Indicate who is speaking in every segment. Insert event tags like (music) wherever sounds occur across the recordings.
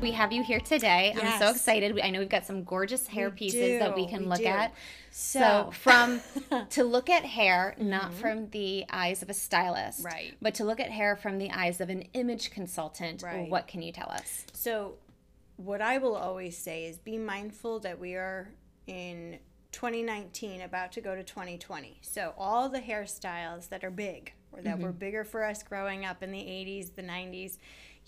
Speaker 1: We have you here today. I'm so
Speaker 2: Yes.
Speaker 1: excited. We- I know we've got some gorgeous hair
Speaker 2: We
Speaker 1: pieces that we
Speaker 2: do,
Speaker 1: can
Speaker 2: we
Speaker 1: look
Speaker 2: do.
Speaker 1: at. So,
Speaker 2: So- Mm-hmm.
Speaker 1: from
Speaker 2: (laughs)
Speaker 1: to look at hair not from the eyes of a stylist,
Speaker 2: Right.
Speaker 1: But to look at hair from the eyes of an image consultant.
Speaker 2: Right.
Speaker 1: What can you tell us?
Speaker 2: So, what I will always say is be mindful that we are in 2019, about to go to 2020. So, all the hairstyles that are big or that were bigger for us growing up in the 80s, the 90s,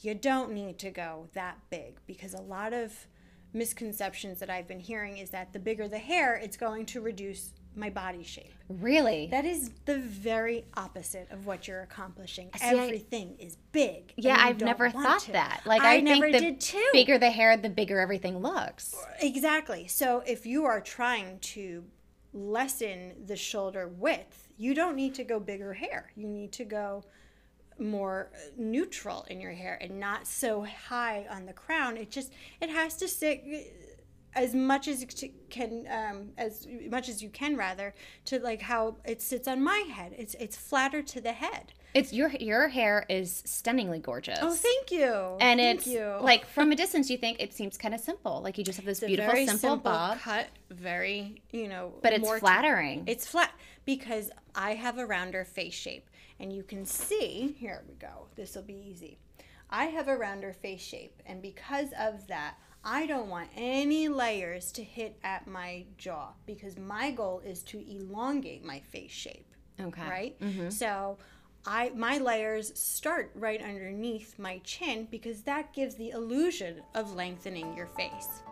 Speaker 2: you don't need to go that big because a lot of misconceptions that I've been hearing is that the bigger the hair, it's going to reduce my body shape.
Speaker 1: Really?
Speaker 2: That is the very opposite of what you're accomplishing.
Speaker 1: I-
Speaker 2: Everything is big. and
Speaker 1: yeah,
Speaker 2: you
Speaker 1: I've
Speaker 2: don't
Speaker 1: never
Speaker 2: want
Speaker 1: thought
Speaker 2: to.
Speaker 1: that. Like
Speaker 2: I,
Speaker 1: I, think
Speaker 2: never
Speaker 1: the
Speaker 2: did too.
Speaker 1: bigger the hair, the bigger everything looks.
Speaker 2: Exactly. So if you are trying to lessen the shoulder width, you don't need to go bigger hair. You need to go more uh, neutral in your hair and not so high on the crown. It just it has to sit uh, as much as it can um, as much as you can rather to like how it sits on my head. It's it's flatter to the head.
Speaker 1: It's your your hair is stunningly gorgeous.
Speaker 2: Oh, thank you.
Speaker 1: and
Speaker 2: Thank
Speaker 1: it's
Speaker 2: you.
Speaker 1: like from
Speaker 2: (laughs)
Speaker 1: a distance you think it seems kind of simple. Like you just have this
Speaker 2: It's a
Speaker 1: beautiful
Speaker 2: very
Speaker 1: simple, bob,
Speaker 2: cut, very you know,
Speaker 1: but it's
Speaker 2: more-
Speaker 1: flattering.
Speaker 2: It's flat because I have a rounder face shape, and you can see here we go. This will be easy. I have a rounder face shape, and because of that, I don't want any layers to hit at my jaw because my goal is to elongate my face shape
Speaker 1: okay.
Speaker 2: right? So I my layers start right underneath my chin because that gives the illusion of lengthening your face.